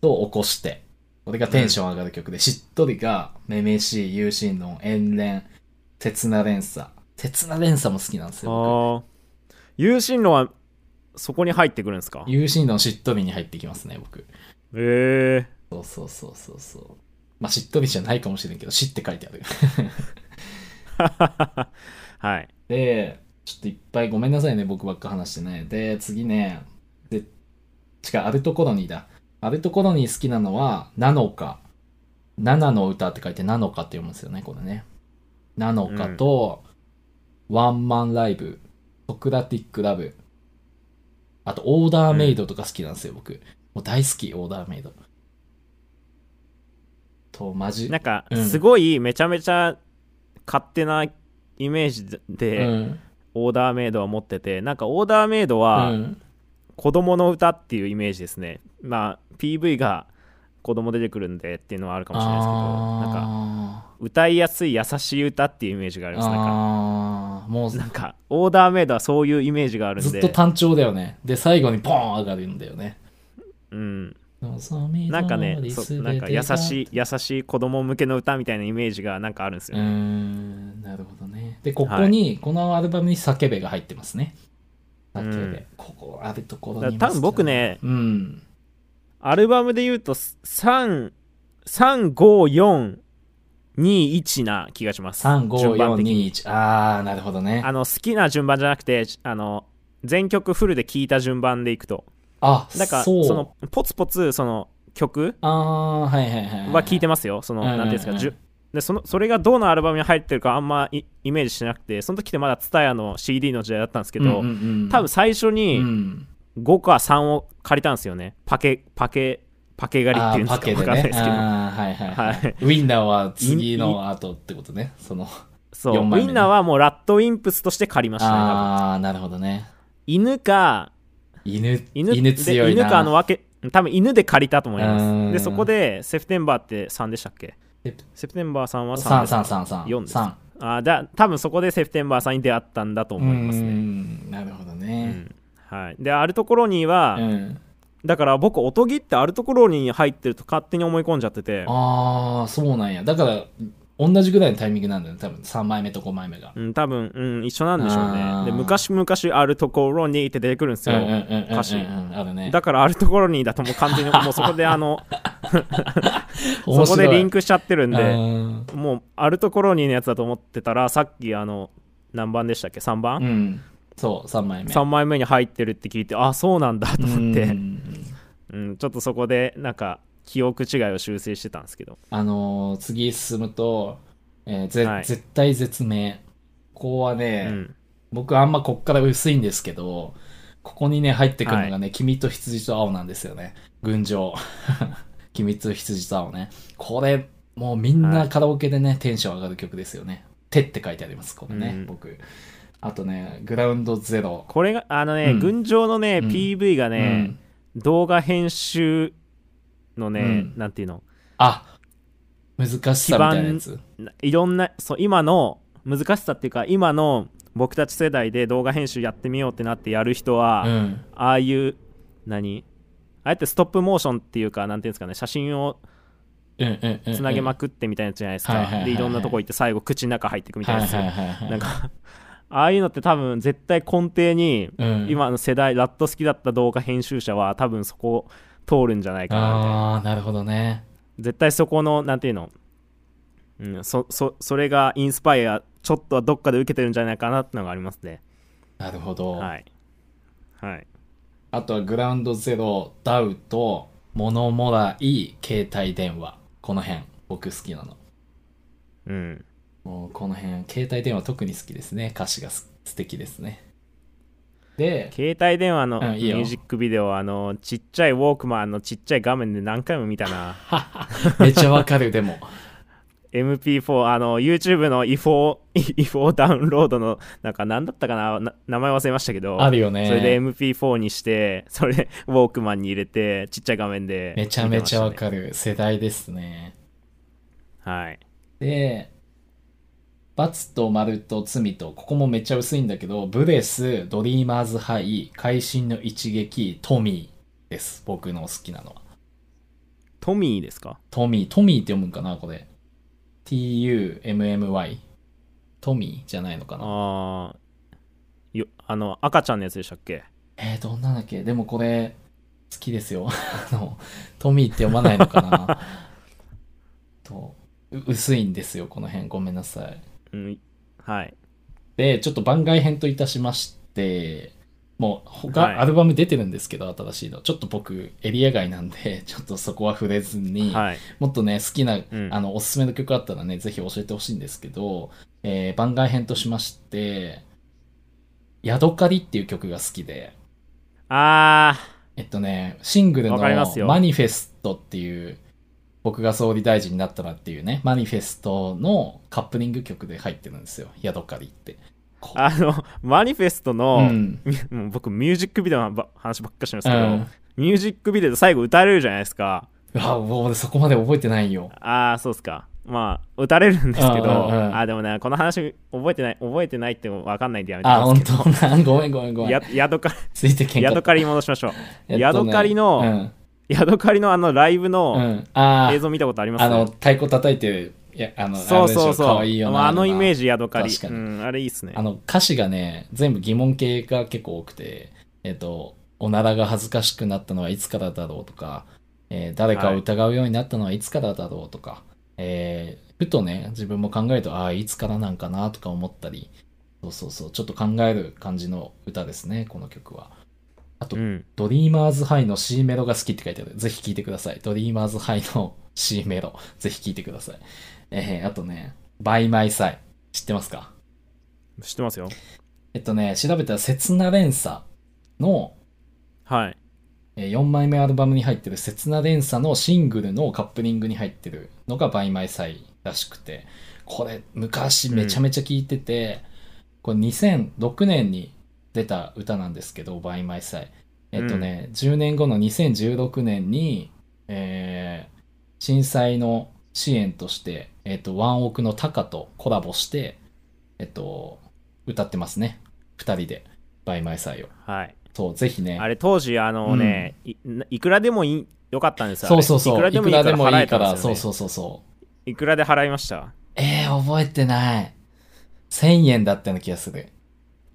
A: と起こして。これがテンション上がる曲で、しっとりが、めめしい、有心論、遠恋、刹那連鎖。刹那連鎖も好きなんです
B: あ
A: よ。
B: ー有心論はそこに入ってくるんですか
A: 僕有心論しっとりに入ってきますね、僕。
B: ええ
A: そうそうそうそうそう。まあ、しっとりじゃないかもしれんけど、しって書いてある。
B: ーはい
A: で、ちょっといっぱいごめんなさいね、僕ばっか話してね。で、次ね、で、違う、アルトコロニーだ。アルトコロニー好きなのは、ナノカ。ナナの歌って書いて、ナノカって読むんですよね、これね。ナノカと、ワンマンライブ、ソクラティックラブ。あと、オーダーメイドとか好きなんですよ、僕。もう大好き、オーダーメイド。と、マジ
B: な。んか
A: うん
B: すごいめちゃめちゃ勝手なイメージ
A: う
B: で
A: ん。
B: オーダーメイドは持っててなんかオーダーメイドは、
A: うん
B: 子供の歌っていうイメージですね。まあ PV が子供出てくるんでっていうのはあるかもしれないですけど、なんか
A: あー
B: 歌いやすい優しい歌っていうイメージがあります。なんか
A: ああーもう
B: なんかオーダーメイドはそういうイメージがあるん
A: ずっ
B: で、
A: と単調だよねで最後にポーン上がるんだよね
B: うん、なんかね、そうなんか優し
A: い
B: い優しい子供向けの歌みたいなイメージがなんかあるんです
A: う
B: よ
A: ー
B: ね。
A: んなるほどねでここに、このアルバムに「叫べ」が入ってますね叫べ、
B: うん
A: ここあるところ
B: だか
A: に
B: ら多分僕ね、
A: うん
B: アルバムで言うと3 3 5 4 2 1な気がします。順番的に
A: 35421ああなるほどね
B: あの好きな順番じゃなくてあの全曲フルで聴いた順番でいくと
A: あ
B: だから
A: そ
B: そうのポツポツその曲
A: ああはいはいはい
B: は聴いて
A: ま
B: ますよその
A: うんうんうん
B: 何ていうんですかじゅでそのそれがどのアルバムに入ってるかあんまイイメージしてなくてその時ってまだ TSUTAYA の CD の時代だったんですけ
A: すうんう
B: ど、
A: んうん、
B: 多分最初
A: う
B: に
A: ん、
B: 5か3を借りたんですよねパケパケパケ狩りっていうんですか
A: あーパ
B: わかん
A: ケで
B: ないで
A: ね
B: すけど
A: あーはいはい、はい
B: はい
A: ウィンナーは次の後ってことねその
B: そう
A: 四
B: ウ
A: 枚目
B: ィンナーはもうラッドウィンプスとして借りましたね多分
A: ああーなるほどね
B: 犬か
A: 犬
B: 犬
A: 強い
B: で
A: な
B: 犬かあのわけ多分犬で借りたと思いま
A: うん
B: すでそこでセプテンバーって3でしたっけ
A: セプ
B: セプテンバーさんは3
A: 3
B: で
A: 三三三
B: 四です
A: 三
B: あーじゃあ多分そこでセプテンバーさんに出会ったんだと
A: う
B: 思いますね
A: んなるほど
B: う
A: ね
B: んはい、でアルトコロニーは、
A: うん
B: だから僕おとぎってアルトコロニーに入ってると勝手に思い込んじゃってて
A: ああそうなんやだから同じぐらいのタイミングなんだよね、多分3枚目と5枚目が。
B: うん、多分、うん、一緒なんでしょう
A: あ
B: ね
A: ー
B: で昔々あるところにって出てくるんです
A: うん
B: よ、
A: うんうんうんうん
B: 歌詞
A: あるね。
B: だからあるところにだともう完全にもうそこであの
A: [LAUGHS]
B: そ
A: 面
B: こ
A: 白い
B: でリンクしちゃってるん
A: う
B: で
A: ん
B: もうあるところにのやつだと思ってたらさっきあの何番でしたっけ3番、
A: うん。そう、3枚目。
B: 3枚目に入ってるって聞いてあそうなんだと思っ
A: う
B: て、
A: ん
B: うんちょっとそこでなんか記憶違いを修正してたんですけど
A: あのー次進むと、えーぜ
B: はい
A: 絶対絶命。ここはね、
B: うん
A: 僕あんまこっから薄いんですけど、ここにね、入ってくるのがね、君と羊と青なんですよね。群青。 [LAUGHS] 君と羊と青ね。これ、もうみん
B: は
A: ないカラオケでね、テンション上がる曲ですよね。手って書いてあります、ここね、
B: うん
A: 僕。あとね、グラウンドゼロ。
B: これがあのね、
A: うん
B: 群青のね、
A: うん
B: PV が
A: う
B: ね
A: ん、
B: 動画編集のね、
A: うん
B: なんていうの
A: あ難しさみたいなやつ。
B: ないろんなそう今の難しさっていうか今の僕たち世代で動画編集やってみようってなってやる人は、
A: うん。
B: ああいう何ああやってストップモーションっていうかなんていうんですかね写真を
A: うんうんうん。
B: つなげま
A: く
B: くってみたいなやつじゃないです
A: はいはいはい
B: か
A: はい
B: でいろんなとこ行って最後口の中入ってくみたいなやつ、
A: はいはいはいはい。
B: なんか [LAUGHS] ああいうのって多分絶対根底に
A: うん、
B: 今の世代ラット好きだった動画編集者は多分そこを通るんじゃないかなみたいな
A: ああー、なるほどね。
B: 絶対そこのなんていうの、うん、そそそれがインスパイアちょっとはどっかで受けてるんじゃないかなってのがありますね
A: なるほど。
B: はいはい
A: あとはグラウンドゼロ、ダウト、物もらい、携帯電話。この辺、僕好きなの。
B: うん
A: もうこの辺、携帯電話特に好きですね。歌詞がす素敵ですね。で、
B: 携帯電話の
A: うん
B: ミ
A: いいよ
B: ュージックビデオ、あのちっちゃいウォークマンのちっちゃい画面で何回も見たな
A: めちゃわかる、でも。
B: MP4 あの YouTube の違法違法ダウンロードのなんか何だったかなな名前忘れましたけど
A: あるよね。
B: それで MP4 にしてそれでウォークマンに入れてちっちゃい画面で
A: めちゃめちゃわ
B: 見てまし
A: かる。世代ですね。
B: たねはい
A: で、×と丸と罪と、ここもめっちゃ薄いんだけど、ブレス、ドリーマーズハイ、会心の一撃、トミーです。僕の好きなのは。
B: トミーですか
A: トミー、トミーって読むんかな、これ。t-u-m-m-y。トミーじゃないのかな。
B: あーよあの赤ちゃんのやつでしたっけ
A: えー、どんなんだっけでもこれ、好きですよ。 [LAUGHS] あの、トミーって読まないのか
B: [LAUGHS]
A: な。とう薄いんですよ、この辺。ごめんなさい。
B: うんはい
A: で、ちょっと番外編といたしまして、もう
B: はい
A: 他アルバム出てるんですけど、新しいの。ちょっと僕、エリア外なんで、ちょっとそこは触れずに、
B: はい
A: もっとね、好きな、
B: うん
A: あの、おすすめの曲あったらね、ぜひ教えてほしいんですけど、えー番外編としまして、ヤドカリっていう曲が好きで、
B: あ
A: えっとね、シングルの
B: わかりますよ
A: マニフェストっていう、僕が総理大臣になったらっていうね、マニフェストのカップリング曲で入ってるんですよ、ヤドカリって。こ
B: ーあのマニフェスト
A: う
B: の、
A: ん。
B: みもう [LAUGHS] 僕ミュージックビデオのば話ばっかしてます
A: う
B: けど、
A: ん。
B: ミュージックビデオで最後歌われるじゃないですか
A: あ、もう俺そこまで覚えてないよ。
B: ああそうっすかまあ打たれるんですけど
A: うんうんうん
B: あーでもねこの話覚えてない覚えてないって分かんないんでやめて
A: あ、
B: ま
A: 本
B: すけど
A: 当 [LAUGHS] な。ごめんごめんごめん。
B: やヤドカリ
A: ついてけん
B: ヤ
A: か
B: ド
A: った。
B: カリに戻しましょう、
A: えっとね
B: ヤドカリの、ヤドカリのあのライブ
A: うん。う
B: の
A: ん。あー
B: 映像見たことあります、
A: あの、太鼓叩いてる、いや、あの、
B: そうそうそう
A: かわいいよな。
B: あのイメー
A: ジ。
B: ジヤドカリ
A: 確かに
B: うん、あれいいっすね
A: あの、歌詞がね、全部疑問系が結構多くて、えっと、おならが恥ずかしくなったのはいつからだろうとか、えー誰かを疑うようになったのはいつからだろうとか、えーふとね、自分も考えると、ああ、いつからなんかなとか思ったり、そうそうそう、ちょっと考える感じの歌ですね、この曲は。あと
B: う、ん、
A: ドリーマーズハイの C メロが好きって書いてある。ぜひ聴いてください。ドリーマーズハイの [LAUGHS] C メロ。ぜひ聴いてください。えー、あとね、バイマイサイ。知ってますか
B: 知ってますよ
A: えっとね、調べたら、刹那連鎖の、
B: はい
A: え4枚目アルバムに入ってる刹那連鎖のシングルのカップリングに入ってるのがバイマイサイらしくて、これ昔めちゃめちゃ聴いてて、これ2006年に出た歌なんですけど、バイマイサイ。えっとね、10年後の2016年に、えー震災の支援として、えっと、ワンオクのタカとコラボして、えっと、歌ってますね。二人で、バイマイサイを。
B: はい
A: そう、ぜひね
B: あ。れ当時あのね、いいくらでもいいよかったんですよあ
A: そ
B: れ
A: うそうそう。
B: いくらでもいいから払えたんですよ、ね、
A: そうそうそうそう。
B: いくらで払いました
A: えー、覚えてない。1000円だったような気がする。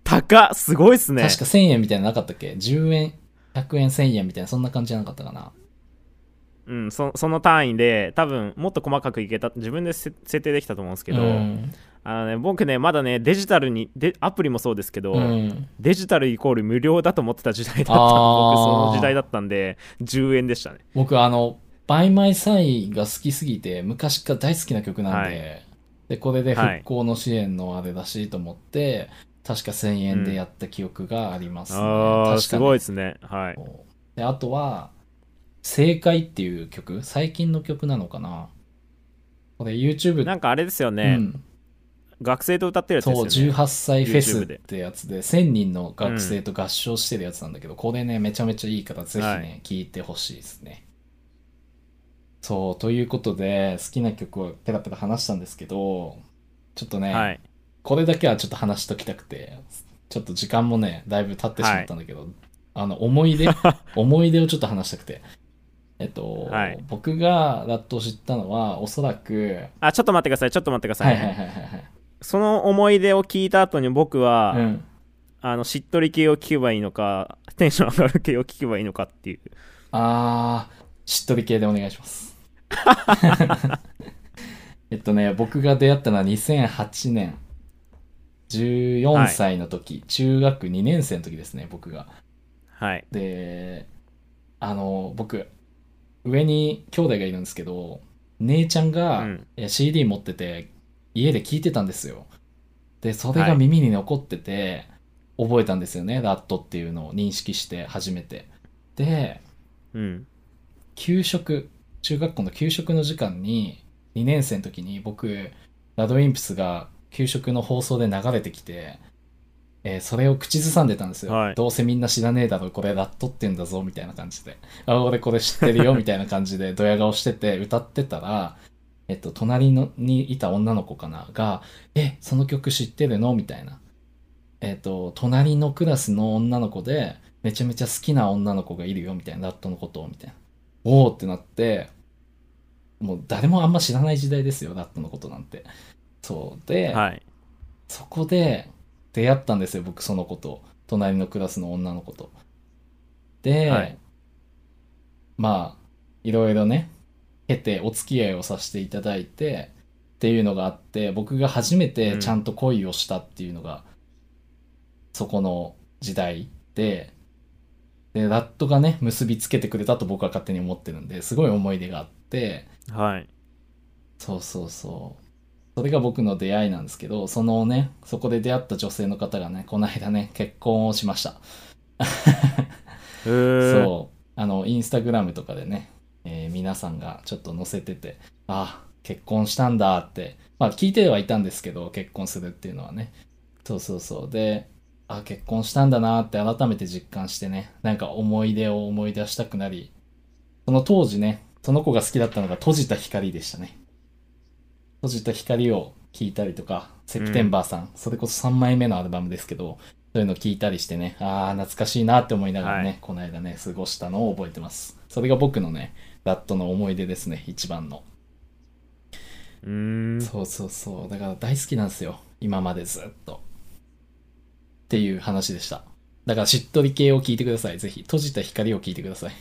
B: 高っすごいっすね
A: 確か1000円みたいなのなかったっけ ?10 円、100円、1000円みたいな、そんな感じじゃなかったかな。
B: うん、そその単位で多分もっと細かくいけた自分でせ設定できたと思うんですけど、
A: うん。
B: あのね、僕ねまだねデジタルにでアプリもそうですけど、
A: うん
B: デジタルイコール無料だと思ってた時代だったんで僕
A: あー
B: その時代だったんで10円でしたね
A: 僕、あの、バイマイサイが好きすぎて、昔から大好きな曲なんで、
B: は
A: で、これで
B: はい
A: 復興の支援のあれだしと思って、確か1000円でやった記憶がありますね。
B: あ
A: 確か
B: あ
A: に
B: すごいですねはい
A: であとは「正解」っていう曲最近の曲なのかなこれ YouTube
B: なんかあれですよ
A: う
B: ね、
A: ん
B: 学生と歌ってるやつ
A: そう
B: ですよね
A: 18歳フェス
B: YouTube
A: っ
B: で
A: てやつで1000人の学生と合唱してるやつなんだけど、これねめちゃめちゃいいからぜひね、
B: は
A: 聞いてほしいですねそうということで好きな曲をペラペラ話したんですけどちょっとね、
B: はい
A: これだけはちょっと話しときたくて、ちょっと時間もね、だいぶ経ってしまったんだけど、あの、思い出、思い出をちょっと話したくて。えっと、
B: はい
A: 僕がラットを知ったのは、おそらく、
B: あちょっと待ってくださいちょっと待ってくださ、
A: はいいはいはいはい
B: その思い出を聞いた後に僕は、
A: はい。うん。
B: あのしっとり系を聞けばいいのかテンション上がる系を聞けばいいのかっていう
A: あー、しっとり系でお願いします。えっとね、僕が出会ったのは2008年。14歳の時、中学2年生の時ですね、僕が。
B: はい
A: であの僕上に兄弟がいるんですけど姉ちゃんが、
B: うん
A: え CD 持ってて家で聴いてたんですよでそれ
B: は
A: が
B: い
A: 耳に残ってて、覚えたんですよねラットっていうのを認識して初めてで
B: うん
A: 給食中学校の給食の時間に2年生の時に僕ラドウィンプスが給食の放送で流れてきて、えーそれを口ずさんでたんですよ、
B: はい
A: どうせみんな知らねえだろこれラットって言うんだぞみたいな感じで [LAUGHS] あ俺これ知ってるよみたいな感じでドヤ顔してて歌ってたらえっと隣のにいた女の子かなが「えその曲知ってるの?」みたいなえっと隣のクラスの女の子でめちゃめちゃ好きな女の子がいるよみたいなラットのことをみたいなおおってなってもう誰もあんま知らない時代ですよラットのことなんてそうで、
B: はい
A: そこで出会ったんですよ僕その子と隣のクラスの女の子とで、
B: はい
A: まあいろいろね経てお付き合いをさせていただいてっていうのがあって僕が初めてちゃんと恋をしたっていうのが、そこの時代ででラットがね結びつけてくれたと僕は勝手に思ってるんですごい思い出があって
B: はい
A: そうそうそう。それが僕の出会いなんですけど、そのね、そこで出会った女性の方がね、この間ね、結婚をしました。
B: へー
A: そう。あの、インスタグラムとかでね、えー皆さんがちょっと載せてて、ああ、結婚したんだって、まあ聞いてはいたんですけど、結婚するっていうのはね。そうそうそう。で、ああ、結婚したんだなって改めて実感してね、なんか思い出を思い出したくなり、その当時ね、その子が好きだったのが閉じた光でしたね。閉じた光を聞いたりとか、セプテンバーさん、それこそ3枚目のアルバムですけど、そういうの聞いたりしてね、ああ、懐かしいなって思いながらね、
B: はい
A: この間ね、過ごしたのを覚えてます。それが僕のね、ラットの思い出ですね、一番の。
B: うーん
A: そうそうそう。だから大好きなんですよ。今までずっと。っていう話でした。だからしっとり系を聞いてください。ぜひ、閉じた光を聞いてくだ
B: [LAUGHS]
A: さい。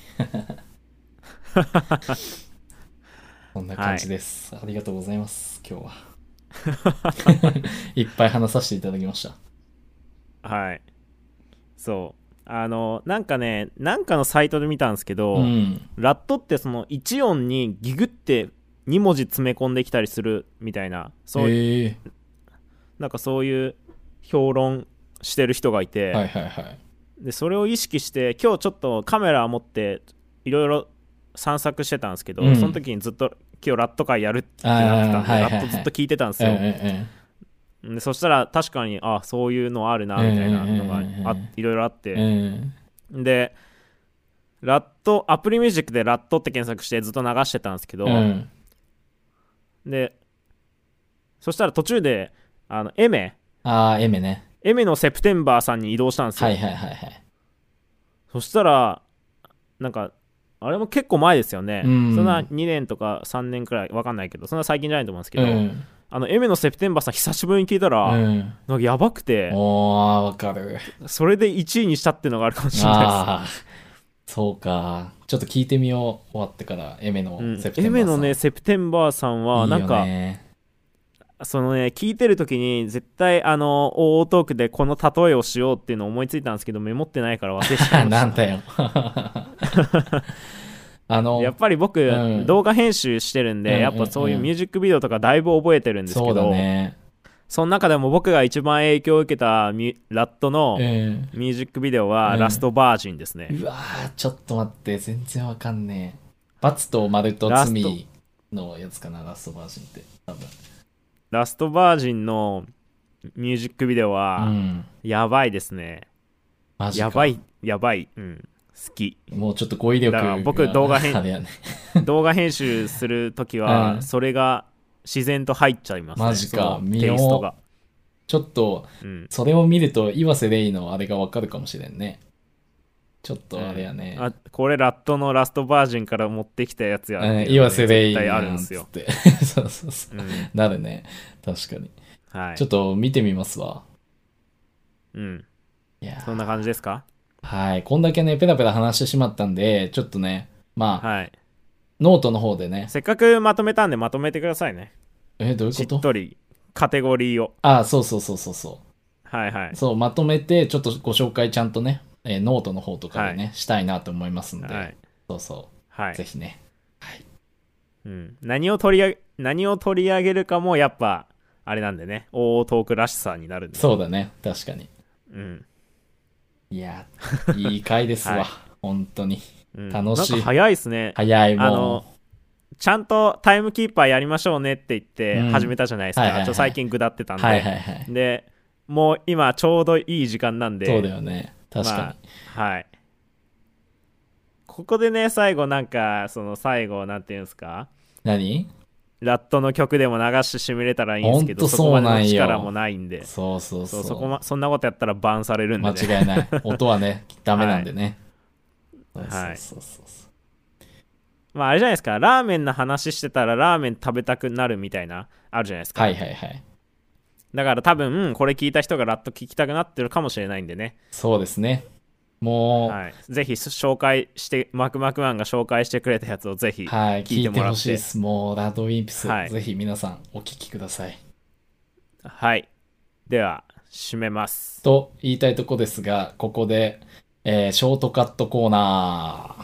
A: そんな感じです、ありがとうございます。今日は。
B: [LAUGHS]
A: いっぱい話させていただきました。
B: はいそうあのなんかねなんかのサイトで見たんですけど、
A: うん。
B: ラットってその1音にギグって2文字詰め込んできたりするみたいなそう、
A: へえ
B: なんかそういう評論してる人がいて、
A: はいはいはい。
B: でそれを意識して今日ちょっとカメラを持っていろいろ散策してたんですけど、
A: うん
B: その時にずっと今日ラット会やるってなってたんで、
A: あーはいはいはい
B: ラットずっと聞いてたんです
A: え
B: よ、
A: ええ
B: でそしたら確かにあそういうのあるなみたいなのがあ、
A: うんうんうんうん
B: いろいろあって、
A: えうん
B: でラットアプリミュージックでラットって検索してずっと流してたんですけど、
A: うん
B: でそしたら途中であのエメ
A: ああ、エメね。
B: エメのセプテンバーさんに移動したんですよ、
A: はいはいはいはい。
B: そしたらなんかあれも結構前ですよね、
A: うん
B: そんな2年とか3年くらいわかんないけどそんな最近じゃないと思うんですけ
A: う
B: ど、
A: ん。
B: あの M のセプテンバーさん久しぶりに聞いたら、
A: うん。
B: なんかやばくて
A: おー、わかる。
B: [LAUGHS] それで1位にしたっていうのがあるかもしれない
A: ああー、そうか。ちょっと聞いてみよう。終わってから、エメの
B: です、
A: セプ
B: うん、
A: テンバー
B: M
A: さん。
B: のねセプテンバーさん
A: いい
B: は
A: よね、
B: なんかそのね聞いてる時に絶対あの大トークでこの例えをしようっていうのを思いついたんですけどメモってないから忘れちゃい
A: [LAUGHS] [LAUGHS]
B: ました
A: なんだよ。あの、
B: やっぱり僕、
A: うん
B: 動画編集してるんで、
A: うんうんうん
B: やっぱそういうミュージックビデオとかだいぶ覚えてるんですけ
A: そう
B: ど
A: だね。
B: その中でも僕が一番影響を受けたミュラットの
A: うん。
B: ミュージックビデオは
A: う
B: 「
A: ん
B: ラストバージン」ですね、
A: うわー、ちょっと待って、全然わかんねえ。罰と丸と
B: ラスト
A: 罪のやつかな、ラストバージンって。多分。
B: ラストバージンのミュージックビデオ
A: う
B: は
A: ん。
B: やばいですね、
A: マジか
B: やば。いやばい、うん、好き
A: もうちょっと語彙力
B: だから僕動画編
A: あれやね。
B: 動画編集する時
A: う
B: は
A: [LAUGHS] ん
B: それが自然と入っちゃいますね
A: マジか
B: そのテイストが、
A: ちょっと、
B: うん、
A: それを見ると、岩瀬レイのあれがわかるかもしれんね。ちょっとあれやね。
B: あこれラットのラストバージンから持ってきたやつや、
A: うん、岩瀬レイ
B: 絶対
A: な
B: あるん
A: ん
B: です
A: つっ
B: よ、
A: て。 [LAUGHS] そうそうそう。
B: うん
A: なるね。確かに。
B: はい
A: ちょっと見てみますわ。
B: うん、
A: いや
B: そん
A: ー
B: な感じですか
A: はい。こんだけね、ペラペラ話してしまったんで、ちょっとね、まあ、
B: はい
A: ノートの方でね、
B: せっかくまとめたんでまとめてくださいね
A: え、どういう
B: し
A: こと
B: っとりカテゴリーを
A: あ、そうそうそうそうそ。
B: はいはいう
A: そう、まとめて、ちょっとご紹介ちゃんとね、えーノートの方とかでね、したいなと思いますんで、
B: はい
A: そうそ
B: は
A: う、ぜ
B: い、
A: ひね。
B: うん、何を取り上げ何を取り上げるかもやっぱあれなんでね大トークらしさになるんで
A: そうだね、確かに。
B: うん
A: いやー、いい回ですわ。
B: はい
A: 本当に。
B: うん、
A: 楽しい
B: なんか早いですね
A: 早いもん。
B: あのちゃんとタイムキーパーやりましょうねって言って
A: うん
B: 始めたじゃないですか、
A: はいはいはい
B: ちょっと最近下ってたんで、
A: はいはいはい。
B: でもう今ちょうどいい時間なんで
A: そうだよね。確かに。
B: まあ、はいここでね最後なんかその最後なんていうんですか
A: 何
B: ラットの曲でも流してしみれたらいいんですけ
A: ほ
B: ど
A: んと
B: そこ
A: そう
B: まで
A: なんよ
B: の力もないんで
A: そうそうそ
B: そ
A: うう。
B: そこ、ま、そんなことやったらバンされるんで、ね、
A: 間違いない。音は
B: [LAUGHS]
A: ね、ダメなんでね。
B: はい
A: そうそうそうそう。
B: まああれじゃないですかラーメンの話してたらラーメン食べたくなるみたいなあるじゃないですか、
A: はいはいはい。
B: だから多分これ聞いた人がラット聞きたくなってるかもしれないんでね、
A: そうですね。もう、は
B: はい、ぜひ紹介してマクマクマンが紹介してくれたやつをぜひ
A: い、
B: 聞
A: 聞
B: いて
A: いて
B: もら
A: ほ
B: っ
A: しいで
B: て
A: す。もう、ラドウィンプス、
B: はい
A: ぜひ皆さんお聞きください。
B: はい、では締めます [LAUGHS]
A: と言いたいとこですが、ここで、えーショートカットコーナ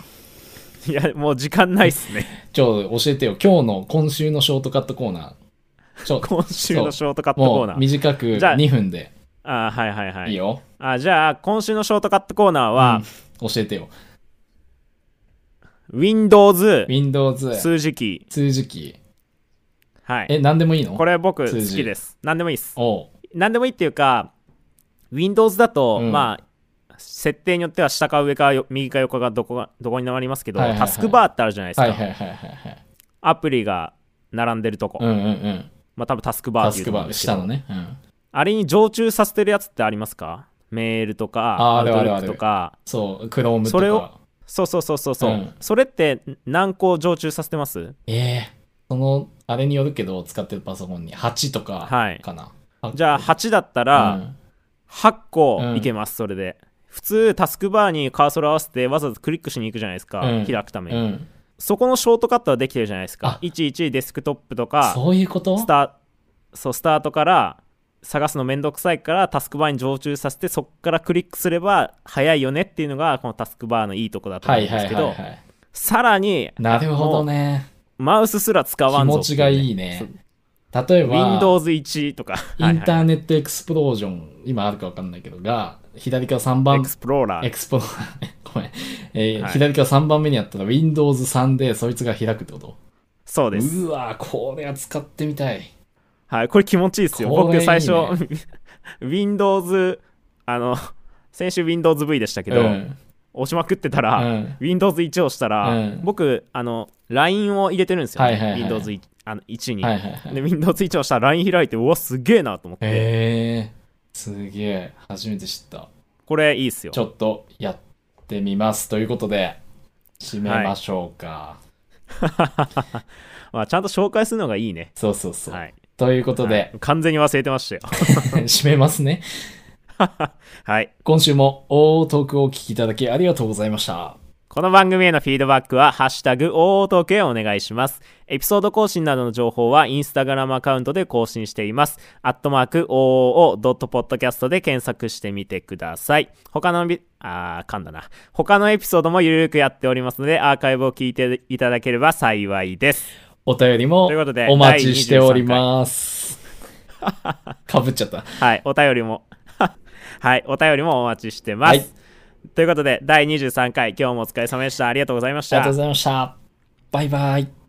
A: ー。
B: いやもう時間ないっ
A: [LAUGHS]
B: すね
A: ちょ、教えてよ。今日の、今週のショートカットコーナー。ちょ、
B: 今週のショートカットコ
A: も
B: ーナ
A: う
B: ー
A: 短く
B: じゃあ
A: 2分で
B: あーはいはいはい
A: いいよ。
B: あじゃあ今週のショートカットコーナーは、
A: うん教えてよ。
B: Windows
A: Windows
B: 数字キ
A: 数字キー。
B: ーはい
A: え、何でもいいの
B: これ僕
A: 数字
B: 好きです何でもいいです
A: おう
B: 何でもいいっていうか Windows だと、
A: うん
B: まあ設定によっては下か上かよ右か横かどこがどこにでもありますけど、
A: はいはいはい
B: タスクバーってあるじゃないですか、
A: はいはいはいはいはい。
B: アプリが並んでるとこ、
A: うんうんうん。
B: まあ多分タスクバー
A: タ
B: って
A: ス
B: いうと
A: ク
B: こな
A: バ
B: ん
A: ー、
B: ですけど
A: 下のね。うん。
B: あれに常駐させてるやつってありますかメールとか
A: あー
B: ア
A: あ
B: ウ
A: る
B: ト
A: あ
B: ル
A: る
B: ックとか
A: そう、Chrome とか。
B: それをそうそうそうそうそう、
A: うん
B: それって何個常駐させてます
A: ええその、あれによるけど、使ってるパソコンに8とか
B: はい
A: かな。
B: じゃあ8だった
A: う
B: ら
A: ん
B: 8個
A: うん
B: いけます、それで普通タスクバーにカーソル合わせてわざわざクリックしに行くじゃないですか、
A: うん
B: 開くために、
A: うん。
B: そこのショートカットはできてるじゃないですか
A: あ
B: 11デスクトップとか
A: そういうこと
B: スタそうスタートから探すのめんどくさいからタスクバーに常駐させてそこからクリックすれば早いよねっていうのがこのタスクバーのいいとこだと
A: は
B: 思うん
A: い
B: で
A: は
B: す
A: い
B: け
A: はい
B: ど、
A: はい。
B: さらに
A: なるほどね。
B: マウスすら使わ
A: 気
B: んぞ
A: 持
B: って
A: ち
B: う
A: がいいね。例えば、
B: Windows1 とか
A: インタ
B: は
A: ーネットエクスプロージョン、今あるかわかんないけど、が、左から3
B: [LAUGHS] いはい、
A: 番
B: エクスプローラ
A: エ
B: ー
A: クスポ、ごめん。えー [LAUGHS]
B: はい
A: 左から3番目にあったら Windows3 でそいつが開くってこと
B: そうです
A: うわーこれは使ってみたい。
B: はい、これ気持ちいいですよ。
A: これい
B: 僕
A: いね
B: 最初、Windows、あの、先週 Windows V でしたけど、
A: うん。
B: 押しまくってた
A: う
B: ら、
A: ん
B: Windows1 を押したら、
A: うん
B: 僕、あの、LINE を入れてるんですよ、ね
A: はいはいはい
B: Windows1 あの1に、
A: はいはいはい。
B: で、Windows1 を押したら LINE 開いて、うわ、すげえなと思って、
A: へえー、すげえ。初めて知った。
B: これいいっすよ
A: ち。ょっとやってみます。ということで、締めましょうか。
B: まあ、ちゃんと紹介するのがいいね。
A: そうそうそう。
B: はい。
A: ということ
B: は
A: で、
B: い完全に忘れてましたよ。 [LAUGHS]
A: [LAUGHS] 締めますね。
B: はい。
A: 今週も大トークをお聞きいただきありがとうございました。
B: この番組へのフィードバックは、ハッシュタグ、o トークへお願いします。エピソード更新などの情報は、インスタグラムアカウントで更新しています。アットマーク、OOO.podcast で検索してみてください。他のび、あー、噛んだな。他のエピソードもゆるくやっておりますので、アーカイブを聞いていただければ幸いです。
A: お便りも
B: ということで
A: お待ちしております。かぶっちゃ
B: [LAUGHS]
A: った。
B: はい。お便りも、 [LAUGHS] はい。お便りもお待ちしてます。
A: はい
B: ということで、第23回、今日もお疲れ様でした。ありがとうございまし
A: ありが
B: た
A: とうご。ざいました。バイバイ。